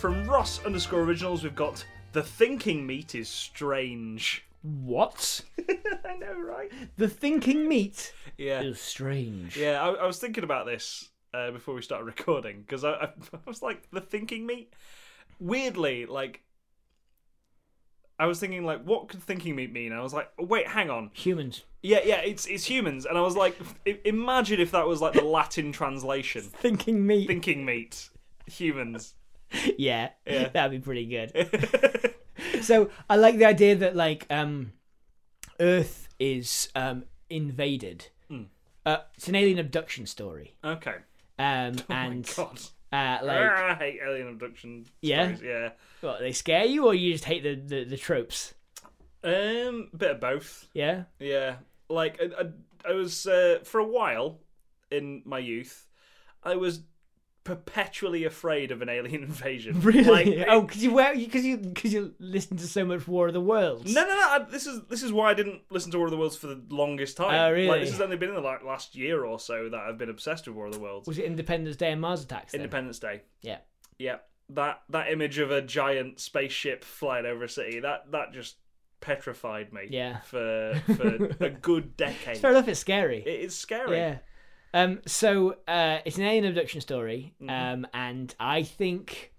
from Ross underscore originals, we've got the thinking meat is strange. What? I know, right? The thinking meat Yeah, is strange. yeah. I, I was thinking about this uh, before we started recording because I, I, I was like, the thinking meat. Weirdly, like, I was thinking like, what could thinking meat mean? And I was like, wait, hang on. Humans. Yeah, yeah. It's it's humans, and I was like, i- imagine if that was like the Latin translation, Thinking meat. thinking meat, humans. yeah, Yeah. that'd be pretty good. so I like the idea that like um, Earth is um, invaded. Hmm. Uh, it's an alien abduction story, okay. um, and Oh God. uh, like, Ah, I hate alien abduction. Yeah? stories, yeah. what, they scare you, or you just hate the, the, the tropes. Um, bit of both. Yeah, Yeah, like I, I, I was uh, for a while in my youth, I was perpetually afraid of an alien invasion. Like, really? it- oh, because you wear because you because you listen to so much War of the Worlds. No, no, no. I, this is this is why I didn't listen to War of the Worlds for the longest time. Oh, really? Like this has only been in the like, last year or so that I've been obsessed with War of the Worlds. Was it Independence Day and Mars Attacks? Then? Independence Day. yeah. Yeah, that that image of a giant spaceship flying over a city that that just petrified me. Yeah. for for a good decade. Fair enough. It's scary. It is scary. Yeah. Um, so uh, it's an alien abduction story, um, and I think.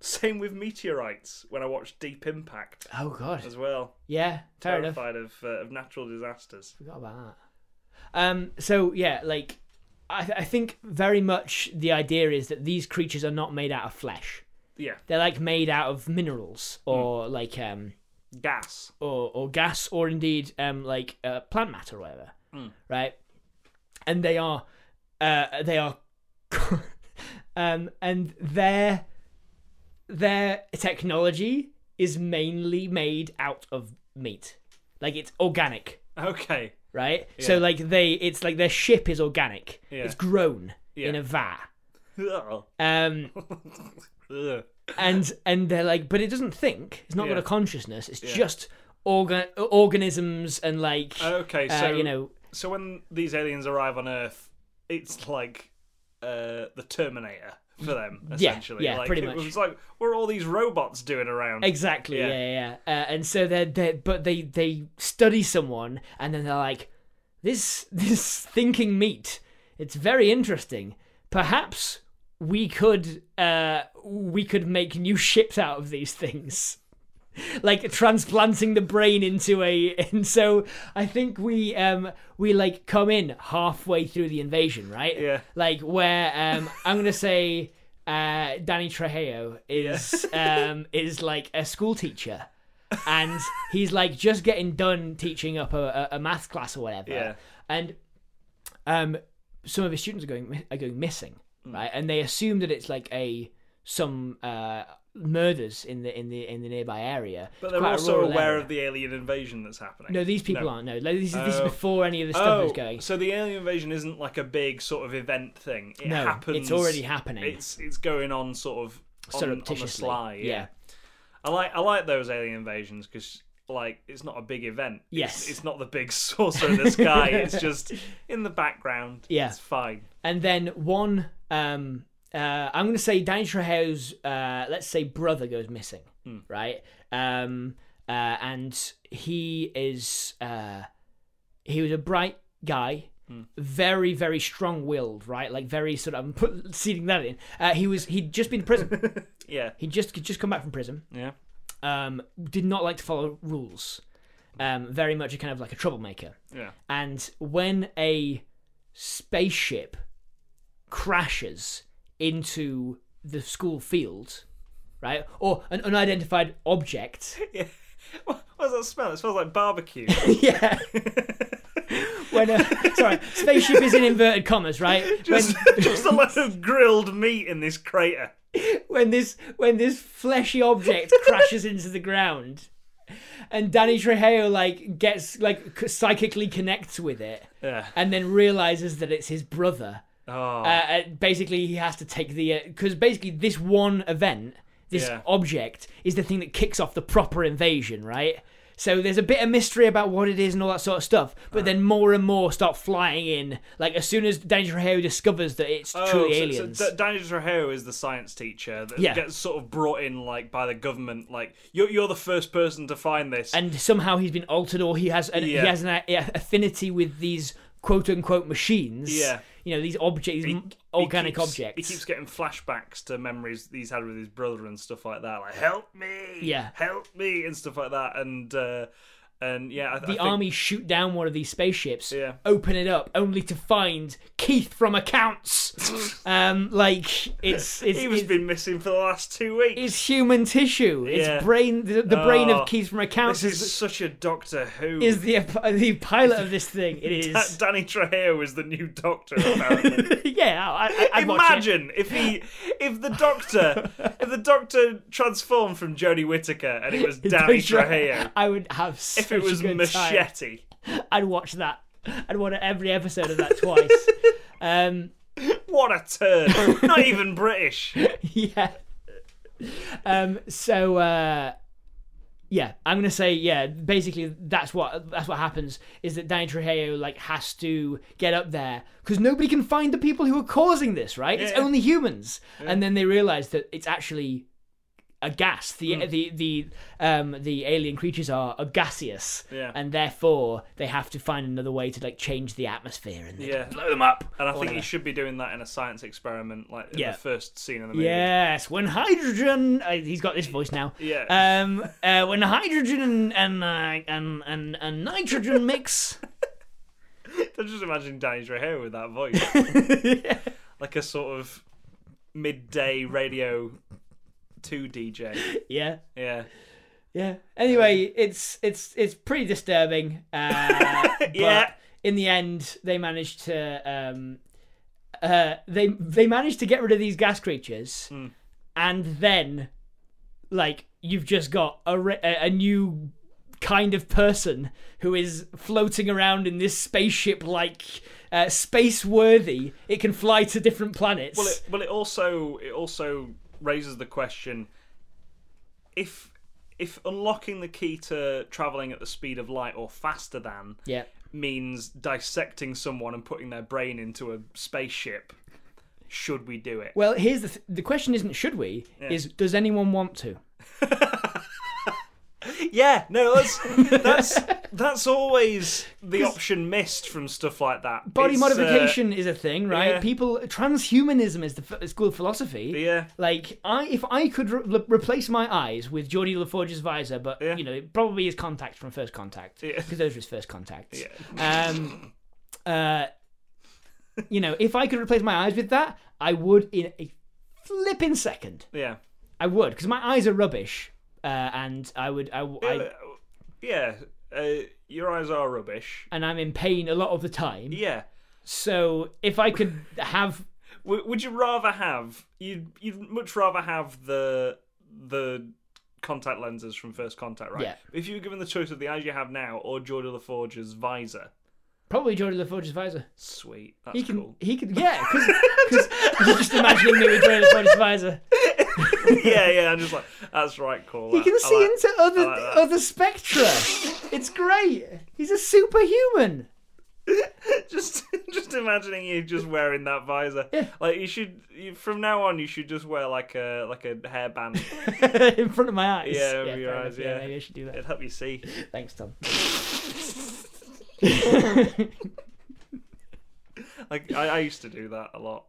Same with meteorites when I watched Deep Impact Oh God. as well. Yeah. Fair enough. Terrified of uh, of natural disasters. Forgot about that. Um, so yeah, like I, I think very much the idea is that these creatures are not made out of flesh. Yeah, They're like made out of minerals or like um gas. or or gas or indeed um like uh, plant matter or whatever, Hmm. right? And they are uh they are um and their their technology is mainly made out of meat. Like it's organic Okay. right? So like they, it's like their ship is organic. Yeah. It's grown in Yeah. a vat. Ugh. Um, Ugh. and and they're like, but it doesn't think. It's not got Yeah. Oh, a consciousness. It's just organ organisms and like, Okay, uh, so you know, so when these aliens arrive on Earth, it's like uh, the Terminator for them, essentially. yeah, like, pretty it much. was like, what are all these robots doing around? exactly, yeah, Yeah. yeah. yeah. Uh, and so they're they, but they they study someone and then they're like, this this thinking meat. It's very interesting. Perhaps we could uh we could make new ships out of these things. like transplanting the brain into a and so i think we um we like come in halfway through the invasion right Yeah. like where um i'm gonna say uh danny trejo is um is like a school teacher and he's like just getting done teaching up a, a, a math class or whatever Yeah. and um some of his students are going mi- are going missing Mm. right and they assume that it's like a some uh murders in the in the in the nearby area but they're also aware of the alien invasion that's happening. no these people No. aren't no like, this, is, this is Oh. before any of the stuff Oh, is going so the alien invasion isn't like a big sort of event thing. It no happens. it's already happening It's it's going on sort of on, on the surreptitiously sly. Yeah. I like I like those alien invasions because like it's not a big event. Yes. it's, it's not the big saucer in the sky. it's just in the background. Yeah. it's fine. and then one um uh, I'm going to say Danny Trejo's, uh, let's say brother goes missing, right? Um, uh, and he is uh, he was a bright guy, very very strong willed, right? Like very sort of I'm put, seeding that in. Uh, he was he'd just been to prison. Yeah, he'd just he'd just come back from prison. yeah, Um, did not like to follow rules. Um, very much a kind of like a troublemaker yeah. and when a spaceship crashes into the school field, right, or an unidentified object, yeah. What, what does that smell? It smells like barbecue. yeah. when a sorry, spaceship is in inverted commas, right? just, just a lot of grilled meat in this crater. when this when this fleshy object crashes into the ground and Danny Trejo like gets like c- psychically connects with it Yeah. and then realizes that it's his brother Oh, uh, uh, basically he has to take the because basically this one event this Yeah. object is the thing that kicks off the proper invasion right So there's a bit of mystery about what it is and all that sort of stuff, Uh-huh. but then more and more start flying in. Like as soon as Danny Trejo discovers that it's Uh, truly Oh, so- aliens, So, D- Daniel Trejo is the science teacher that Yeah. gets sort of brought in like by the government. Like you're you're the first person to find this. and somehow he's been altered or he has an, Yeah. he has an a- affinity with these quote unquote machines. Yeah. you know these objects, these m- He organic keeps- objects. He keeps getting flashbacks to memories that he's had with his brother and stuff like that. Like help me, Yeah. help me, and stuff like that. And uh, and yeah, I, I the think- army shoot down one of these spaceships, Yeah. open it up, only to find Keith from accounts. um, like it's it's, He was it's, been missing for the last two weeks. it's human tissue. Yeah. It's brain. The, the brain Oh, of Keith from accounts This is is such a Doctor Who. is the uh, the pilot of this thing. It is. Danny Trejo is the new Doctor apparently. yeah, I, I, I'd watch it. Imagine if he, if the Doctor, if the Doctor transformed from Jodie Whittaker and it was Danny Don't you- Trejo. I would have such If it was a good time. Machete, I'd watch that. I'd watch every episode of that twice. um, what a turn! Not even British. yeah. Um, so uh, yeah, I'm gonna say yeah. Basically, that's what that's what happens is that Danny Trejo like has to get up there because nobody can find the people who are causing this. Right? it's Yeah, yeah. only humans, and then they realize that it's actually a gas. The Hmm. the the um the alien creatures are are gaseous, Yeah. and therefore they have to find another way to like change the atmosphere and Yeah. blow them up. And I think whatever. he should be doing that in a science experiment, like in Yeah. the first scene of the movie. Yes, when hydrogen. Uh, he's got this voice now. Yeah. Um. Uh, when hydrogen and and uh, and, and and nitrogen mix. I just imagine Danny Trejo with that voice, like a sort of midday radio two DJ. yeah. Yeah. Yeah. Um, Anyway, it's it's it's pretty disturbing. Uh, Yeah. But in the end, they managed to um, uh, they they managed to get rid of these gas creatures, Hmm. and then, like, you've just got a re- a a new kind of person who is floating around in this spaceship like uh, space worthy it can fly to different planets Well, it, well, it also it also raises the question if if unlocking the key to traveling at the speed of light or faster than yeah means dissecting someone and putting their brain into a spaceship, should we do it? well here's the th- the question isn't should we is does anyone want to Yeah, no, that's that's that's always the option missed from stuff like that. body It's, uh, modification is a thing, right? yeah. People transhumanism is the f- school of philosophy. Yeah. Like I, if I could re- re- replace my eyes with Geordie LaForge's visor, but Yeah. you know, it probably is contact from first contact Yeah. because those were his first contacts. Um, uh, you know, if I could replace my eyes with that, I would in a flipping second. yeah, I would because my eyes are rubbish, uh, and I would, I, I- Uh, yeah. Uh, your eyes are rubbish. and I'm in pain a lot of the time. Yeah. So if I could have W- would you rather have you'd you'd much rather have the the contact lenses from first contact, right? Yeah. If you were given the choice of the eyes you have now or Geordie LaForge's visor, probably Geordie LaForge's visor. sweet, that's He can. cool. He could. Yeah, because just, just imagining me with Jonas Brothers visor. yeah, yeah. I'm just like, that's right, cool. He can see into other like that. other spectra. it's great. He's a superhuman. just just imagining you just wearing that visor. Like you should you, from now on you should just wear like a like a hairband. in front of my eyes. Yeah, over your fair eyes, enough. yeah. maybe I should do that. It'd help you see. Thanks, Tom. Like I, I used to do that a lot.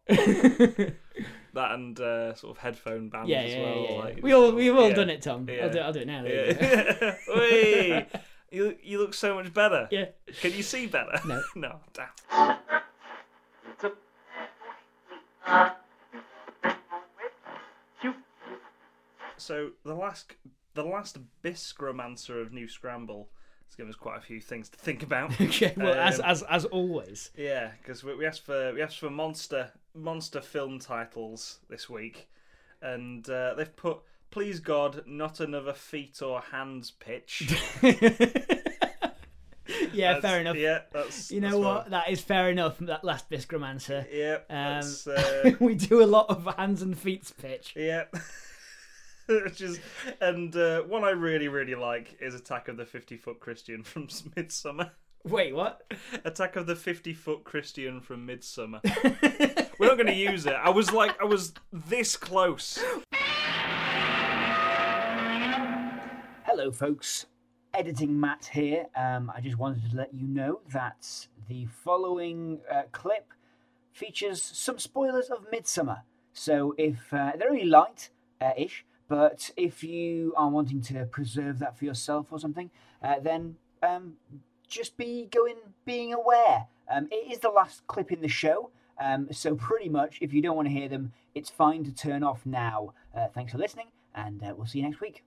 That and uh, sort of headphone bands Yeah, as yeah, well. yeah. yeah. like, we all just- we've all yeah. done it, Tom. Yeah. I'll, do, I'll do it now. There you go. Yeah. Oi, you you look so much better. Yeah. Can you see better? No. no. Damn. So the last the last biscromancer of New Scramble has given us quite a few things to think about. Okay. Well, as Um, as as always. Yeah, because we, we asked for we asked for monster monster film titles this week, and uh, they've put please God not another feet or hands pitch. yeah, That's- fair enough. Yeah, that's you know that's what? fine. That is fair enough. That last Biscromancer. Yeah, Um, that's, uh, we do a lot of hands and feet pitch. yeah. which is and uh, one I really really like is Attack of the Fifty Foot Christian from Midsummer. Wait, what? Attack of the Fifty Foot Christian from Midsummer. We're not going to use it. I was like, I was this close. Hello, folks. Editing Matt here. Um, I just wanted to let you know that the following uh, clip features some spoilers of Midsummer. So if uh, they're only light uh, ish, but if you are wanting to preserve that for yourself or something, uh, then um, just be going being aware. Um, it is the last clip in the show. Um, so pretty much, if you don't want to hear them, it's fine to turn off now. Uh, thanks for listening, and uh, we'll see you next week.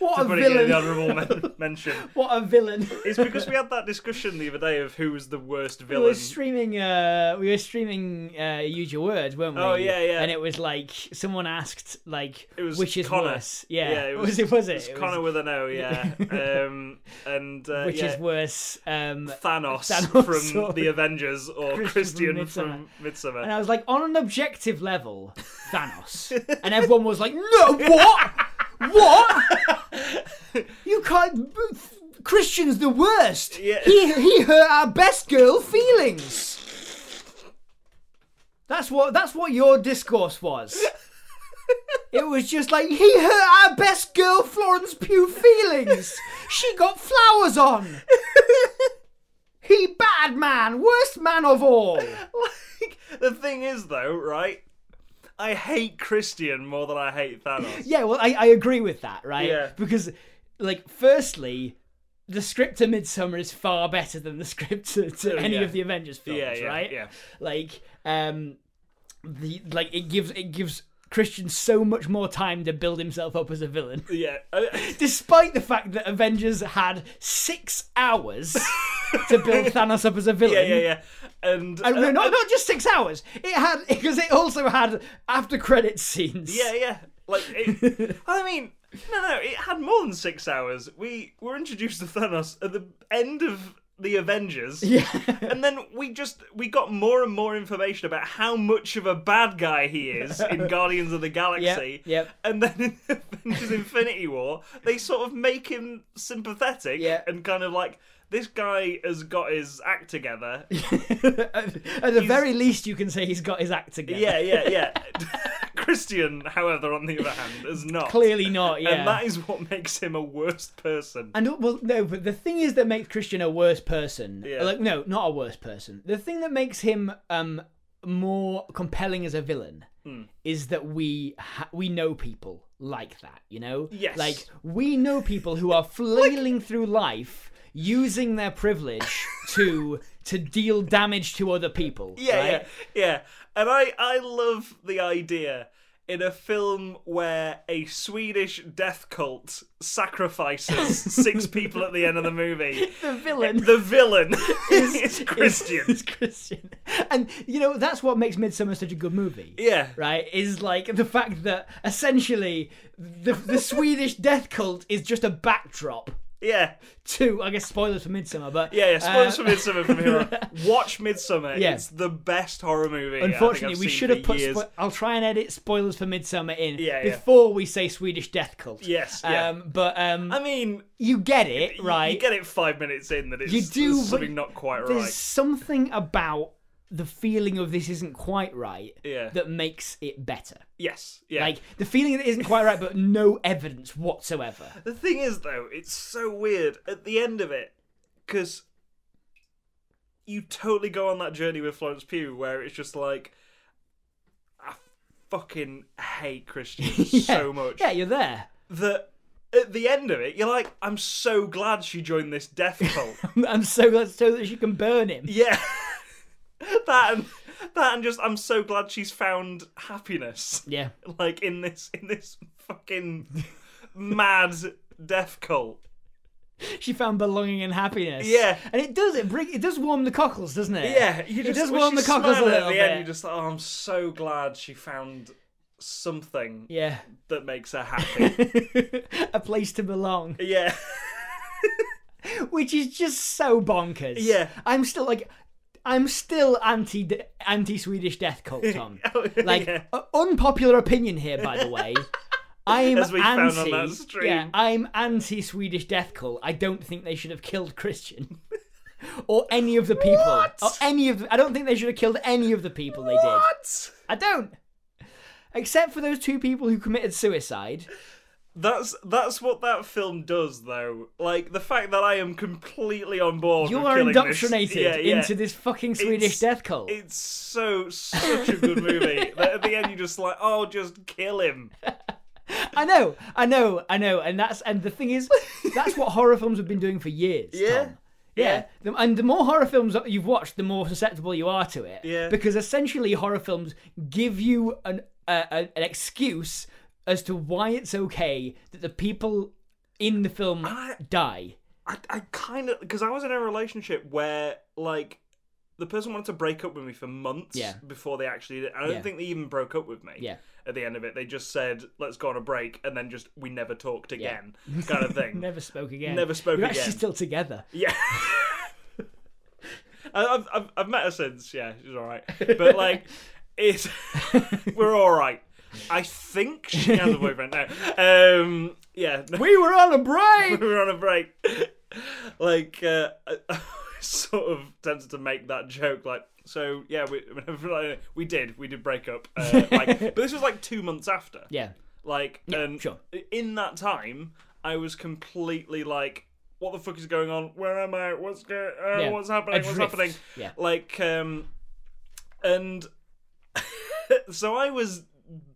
What a Putting it in villain! the honourable men- mention. What a villain! It's because we had that discussion the other day of who was the worst we villain. were streaming. Uh, we were streaming. Uh, Use your words, weren't we? Oh, yeah, yeah. And it was like someone asked, like, It was which is Connor. worse? Yeah. Yeah, it was, was- it? Was it? It's It was, Connor with an O, yeah. um, and uh, which yeah, is worse? Um, Thanos, Thanos from or The Avengers or Christian from Christian Midsommar. from Midsummer. and I was like, on an objective level, Thanos, and everyone was like, no, what? What? You can't. Christian's the worst. Yeah. He he hurt our best girl feelings. That's what that's what your discourse was. It was just like he hurt our best girl Florence Pugh feelings. She got flowers on. He bad man, worst man of all. like, the thing is, though, right? I hate Christian more than I hate Thanos. Yeah, well, I, I agree with that, right? Yeah. Because, like, firstly, the script to Midsummer is far better than the script to, to Oh, any yeah. of the Avengers films, Yeah, yeah, right? yeah. Like, um, the like it gives it gives Christian so much more time to build himself up as a villain, Yeah. I- despite the fact that Avengers had six hours to build Thanos up as a villain. yeah, yeah, yeah. And, uh, And no, not, not just six hours. It had because it also had after credit scenes. Yeah, yeah. Like, it, I mean, no, no, it had more than six hours. We were introduced to Thanos at the end of the Avengers. yeah. And then we just we got more and more information about how much of a bad guy he is in Guardians of the Galaxy. Yep, yep. And then in Avengers Infinity War, they sort of make him sympathetic Yeah. and kind of like this guy has got his act together. at, at the very least, you can say he's got his act together. yeah, yeah, yeah. Christian, however, on the other hand, is not. clearly not. Yeah, And that is what makes him a worse person. And, well, no, but the thing is that makes Christian a worse person. Yeah. Like, no, not a worse person. The thing that makes him um more compelling as a villain Hmm. is that we ha- we know people like that. You know, Yes. like we know people who are flailing through life using their privilege to to deal damage to other people. Yeah, right? yeah, yeah. And I, I love the idea in a film where a Swedish death cult sacrifices six people at the end of the movie. The villain. The villain is Christian. It's Christian. And you know, that's what makes Midsummer such a good movie. yeah. Right? Is like the fact that essentially the the Swedish death cult is just a backdrop Yeah. to I guess spoilers for Midsummer, but Yeah, yeah. Spoilers uh, for Midsummer from here on. Watch Midsummer. Yeah. It's the best horror movie. I think Unfortunately, I've we seen should for have put. years. Spo- I'll try and edit spoilers for Midsummer in Yeah, yeah. before we say Swedish Death Cult. Yes, yeah. Um, but um, I mean, you get it, right. right? you get it five minutes in that it's You do, there's but something not quite There's right. something about the feeling of this isn't quite right Yeah. that makes it better. Yes. Yeah. Like the feeling that isn't quite right, but no evidence whatsoever. The thing is, though, it's so weird at the end of it because you totally go on that journey with Florence Pugh where it's just like, I fucking hate Christians so much Yeah, you're there. that at the end of it, you're like, I'm so glad she joined this death cult. I'm so glad so that she can burn him. yeah. That and that and just I'm so glad she's found happiness Yeah, like in this in this fucking mad death cult. she found belonging and happiness. Yeah. and it does it bring it does warm the cockles, doesn't it? Yeah, you it just does when warm the she's cockles a smiling little at the bit. End, you're just like, oh, I'm so glad she found something Yeah, that makes her happy. a place to belong, yeah, which is just so bonkers. Yeah. I'm still like. I'm still anti anti Swedish death cult, Tom. Oh, Like yeah. uh, unpopular opinion here, by the way. I'm As we found on anti. that stream. Yeah, I'm anti Swedish death cult. I don't think they should have killed Christian. Or any of the people, or any of the, I don't think they should have killed any of the people they did. What? I don't, except for those two people who committed suicide. That's that's what that film does, though. Like the fact that I am completely on board. You with are killing this- indoctrinated Yeah, yeah. into this fucking Swedish It's- death cult. It's so such a good movie. that at the end, you're just like, oh, just kill him. I know, I know, I know, and that's and the thing is, that's what horror films have been doing for years. Yeah. Tom. Yeah. The- and the more horror films that you've watched, the more susceptible you are to it. Yeah. Because essentially, horror films give you an uh, an excuse as to why it's okay that the people in the film I- die. I, I kind of because I was in a relationship where like the person wanted to break up with me for months Yeah. before they actually. Did. I don't Yeah. think they even broke up with me. Yeah. At the end of it, they just said, "Let's go on a break," and then just we never talked again, kind of thing. Never spoke again. Never spoke You're again. actually still together. Yeah. I- I've, I've I've met her since. Yeah, she's all right. But like, it's we're all right. I think she has a boyfriend now. Um, yeah, no, We were on a break. we were on a break. Like, uh, I, I sort of tended to make that joke. Like, so yeah, we we did we did break up. Uh, like, but this was like two months after. yeah. Like, and sure. in that time, I was completely like, "What the fuck is going on? Where am I? What's going? Uh, Yeah. What's happening? What's Adrift. happening?" Yeah. Like, um, and so I was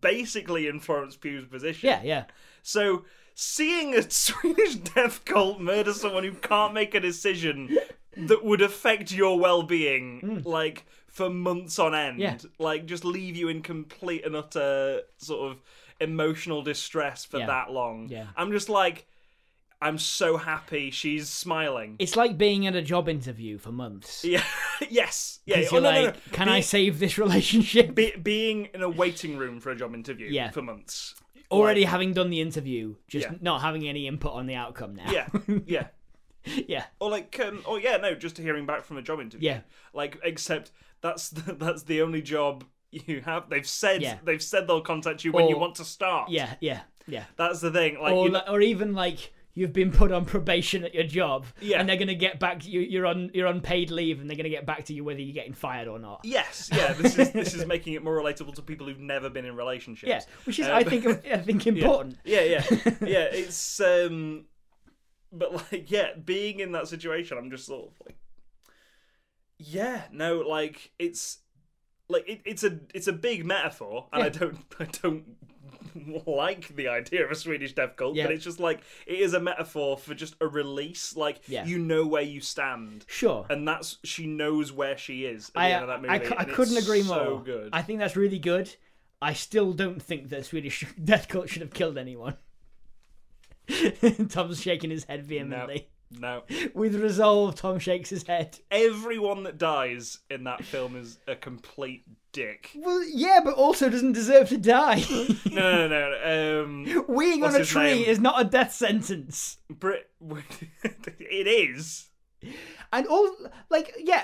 basically in Florence Pugh's position. Yeah. Yeah. So seeing a Swedish death cult murder someone who can't make a decision that would affect your well-being, like for months on end, Hmm. Yeah. like just leave you in complete and utter sort of emotional distress for Yeah. that long. Yeah. I'm just like, I'm so happy she's smiling. It's like being at a job interview for months. yeah. yes. Yeah. Because Oh, you're no, like, no, no. can Be- I save this relationship? be- being in a waiting room for a job interview Yeah. for months. Already Like, having done the interview, just Yeah. not having any input on the outcome now. yeah. Yeah. yeah, or like um, or yeah no just hearing back from a job interview Yeah. like except that's the, that's the only job you have they've said Yeah. they've said they'll contact you when you Or- want to start yeah, yeah, yeah. that's the thing like Or, you know, li- or even like you've been put on probation at your job, Yeah. and they're gonna get back. You, you're on you're on paid leave, and they're gonna get back to you whether you're getting fired or not. yes yeah this is this is making it more relatable to people who've never been in relationships Yeah, which is Uh, I think I think important. yeah yeah yeah it's um but like yeah being in that situation i'm just sort of like yeah no like it's like it, it's a it's a big metaphor and i Yeah. don't i don't like the idea of a swedish death cult Yeah. but it's just like it is a metaphor for just a release like Yeah. you know where you stand Sure. and that's she knows where she is at the I, end of that movie I, cou- I and it's couldn't agree more. so good I think that's really good. I still don't think that Swedish death cult should have killed anyone. Tom's shaking his head vehemently. no With resolve, Tom shakes his head. everyone that dies in that film is a complete dick. Well, yeah, but also doesn't deserve to die. No, no, no. no. Um, Weeing What's on a his tree name? is not a death sentence. Brit, it is. And all, like, yeah,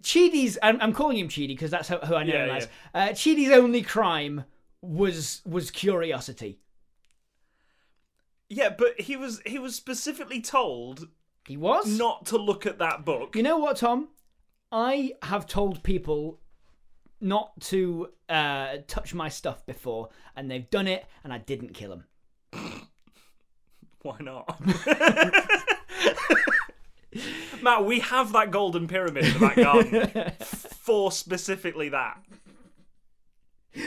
Chidi's, I'm, I'm calling him Chidi because that's how, who I know Yeah, him as. Uh, Chidi's only crime was was curiosity. Yeah, but he was he was specifically told He was? not to look at that book. You know what, Tom? I have told people not to uh, touch my stuff before, and they've done it, and I didn't kill them. Why not? Matt, we have that golden pyramid in the back garden for specifically that.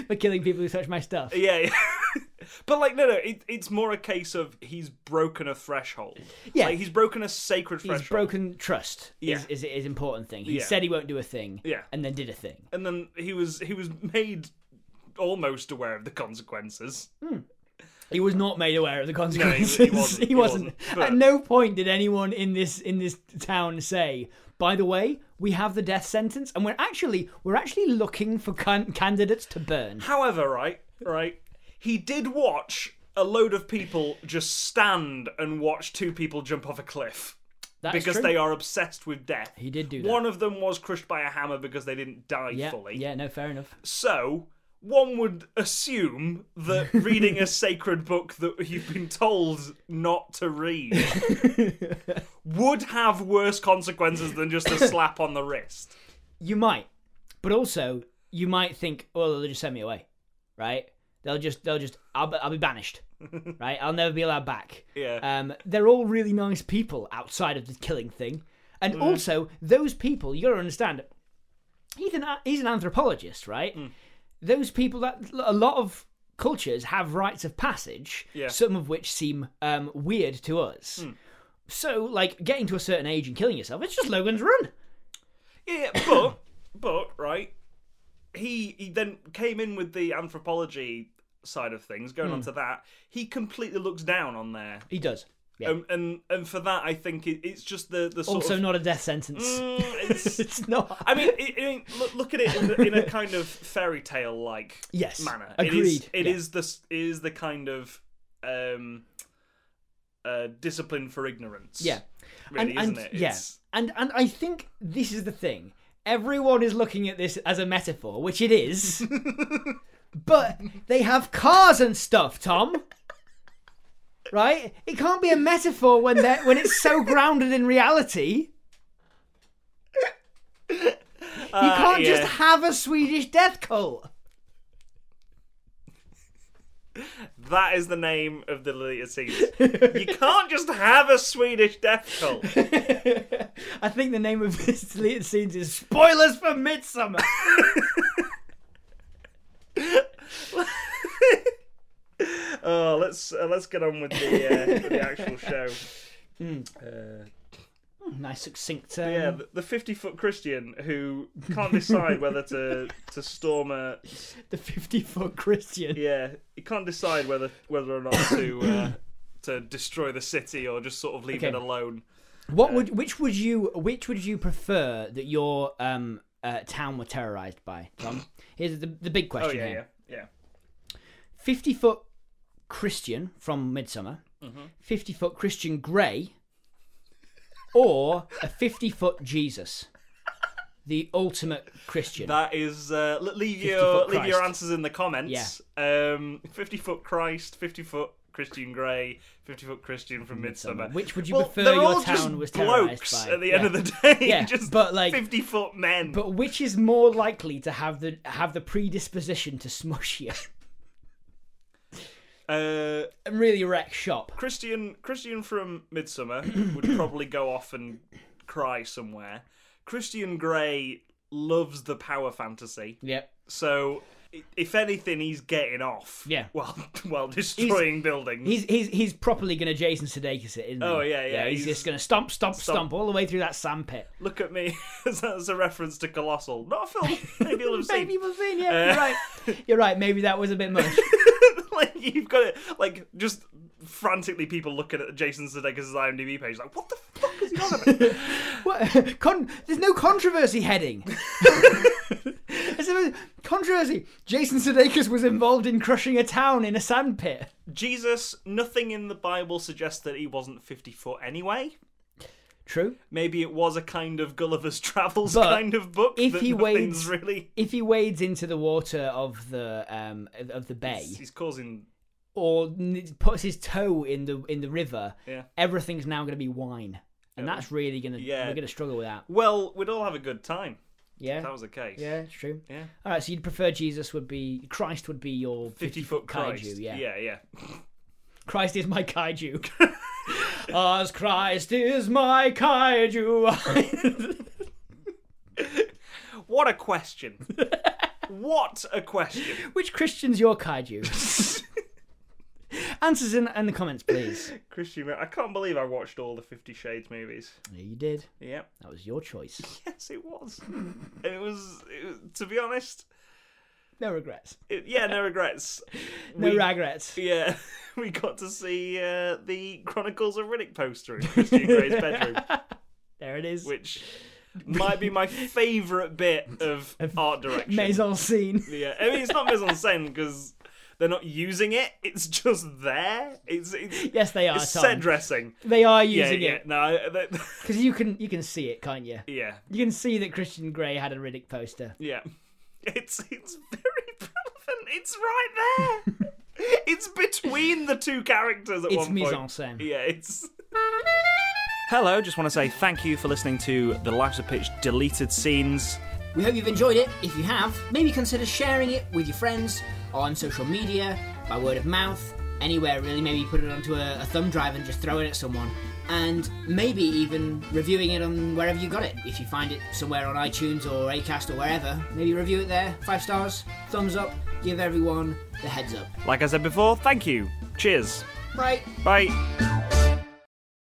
For killing people who touch my stuff. Yeah. yeah. But like no no, it, it's more a case of he's broken a threshold. Yeah. like, he's broken a sacred threshold. He's broken trust. Yeah. Is, is is important thing. He Yeah. said he won't do a thing. Yeah. And then did a thing. and then he was he was made almost aware of the consequences. He was not made aware of the he- he consequences. wasn't, He he wasn't, wasn't. but- At no point did anyone in this in this town say, "By the way, we have the death sentence, and we're actually we're actually looking for can- candidates to burn." However, right, right, he did watch a load of people just stand and watch two people jump off a cliff That's because true. they are obsessed with death. He did do that. One of them was crushed by a hammer because they didn't die yeah, fully. yeah. No, fair enough. So one would assume that reading a sacred book that you've been told not to read would have worse consequences than just a slap on the wrist. You might, but also you might think, "Oh, they'll just send me away, right? They'll just, they'll just, I'll, be- I'll be banished, right? I'll never be allowed back." Yeah. Um, they're all really nice people outside of the killing thing, and Mm. also those people. You got to understand, Ethan, he's an anthropologist, right? Mm. Those people that a lot of cultures have rites of passage, Yeah. Mm. some of which seem um, weird to us. So, like getting to a certain age and killing yourself, it's just Logan's Run. Yeah, but but right, he he then came in with the anthropology side of things. Going Hmm. on to that, he completely looks down on there, He does. Yeah. um, and and for that, I think it, it's just the the sort also of. not a death sentence. Mm, it's- it's not. I mean, it, it, look, look at it in, in a kind of fairy tale like yes. manner. Agreed. It is. It Yeah. is the s the is the kind of um, uh, discipline for ignorance. Yeah. really, and, isn't and, it? Yeah. It's- And and I think this is the thing. Everyone is looking at this as a metaphor, which it is. but they have cars and stuff, Tom. Right? It can't be a metaphor when they when it's so grounded in reality. You Uh, can't just yeah. have a Swedish death cult. That is the name of the deleted scenes. you can't just have a Swedish death cult. I think the name of this deleted scenes is Spoilers for Midsummer. Oh, let's uh, let's get on with the, uh, with the actual show. nice succinct. Um, Yeah, the fifty foot Christian who can't decide whether to to storm a the 50 foot Christian. yeah he can't decide whether whether or not to uh, to destroy the city or just sort of leave it Okay. alone. What would which would you which would you prefer that your um uh, town were terrorized by? Tom, here's the the big Oh question yeah, yeah, here: yeah. fifty foot Christian from Midsummer, Mm-hmm. 50 foot Christian Grey, or a fifty foot Jesus, the ultimate Christian. That is uh, l- leave 50 your foot leave your Christ. answers in the comments. Um, fifty foot Christ, fifty foot Christian Grey, fifty foot Christian from Midsummer. Which would you well, prefer they're your all just town was terrorised blokes by? at the Yeah. end of the day. Yeah, just but, like- fifty foot men. but which is more likely to have the have the predisposition to smush you Uh, and really wreck shop? Christian Christian from Midsummer would probably go off and cry somewhere. Christian Grey loves the power fantasy, Yep. so. i- If anything, he's getting off. Yeah. While while destroying buildings. He's he's he's properly going to Jason Sudeikis it, isn't he? Oh, yeah, yeah, he's, he's- just going to stomp, stomp, stomp, all the way through that sandpit. Look at me. That's a reference to Colossal. Not a film. Maybe you'll have seen. Uh, Maybe you've seen, yeah, you're right. You're right. Maybe that was a bit much. like you've got it. Like just frantically, people looking at Jason Sudeikis' IMDb page, like, what the fuck is he on about? what? Con- There's no controversy heading. There's no controversy. Jason Sudeikis was involved in crushing a town in a sandpit. Jesus. Nothing in the Bible suggests that he wasn't fifty foot anyway. True. Maybe it was a kind of Gulliver's Travels But kind of book. if that he nothing's wades- really, If he wades into the water of the um of- of the bay he's causing. or n- puts his toe in the in the river, Yeah. everything's now going to be wine, and that's really going to Yeah. we're going to struggle with that. Well, we'd all have a good time. Yeah. If that was the case. Yeah, it's true. Yeah. All right, so you'd prefer Jesus would be Christ would be your 50 foot Christ. kaiju. Yeah. yeah, yeah. Christ is my kaiju. As Christ is my kaiju. What a question. what a question. Which Christian's your kaiju? Answers in, in the comments, please. Christian, I can't believe I watched all the Fifty Shades movies. Yeah, you did. Yeah. That was your choice. Yes, it was. And it was, it was- to be honest, No regrets. it, yeah, no regrets. No We- regrets. Yeah, we got to see uh, the Chronicles of Riddick poster in Christian Grey's bedroom, There it is. which might be my favourite bit of art direction. Maison scene. Yeah, I mean, it's not mise en scène because they're not using it, it's just there. It's, it's, Yes, they are. it's Tom. set dressing. They are Yeah, using yeah. it No, I- that, because you can you can see it, can't you? yeah, You can see that Christian Grey had a Riddick poster. yeah. It's it's very haven't. It's right there. it's between the two characters at It's one mise point. en scène. Yeah, it's. Hello, just want to say thank you for listening to the Lives of Pitch deleted scenes. We hope you've enjoyed it. If you have, maybe consider sharing it with your friends or on social media, by word of mouth, anywhere really. Maybe put it onto a, a thumb drive and just throw it at someone. And maybe even reviewing it on wherever you got it. If you find it somewhere on iTunes or Acast or wherever, maybe review it there. Five stars, thumbs up, give everyone the heads up. Like I said before, thank you. Cheers. Right. Bye.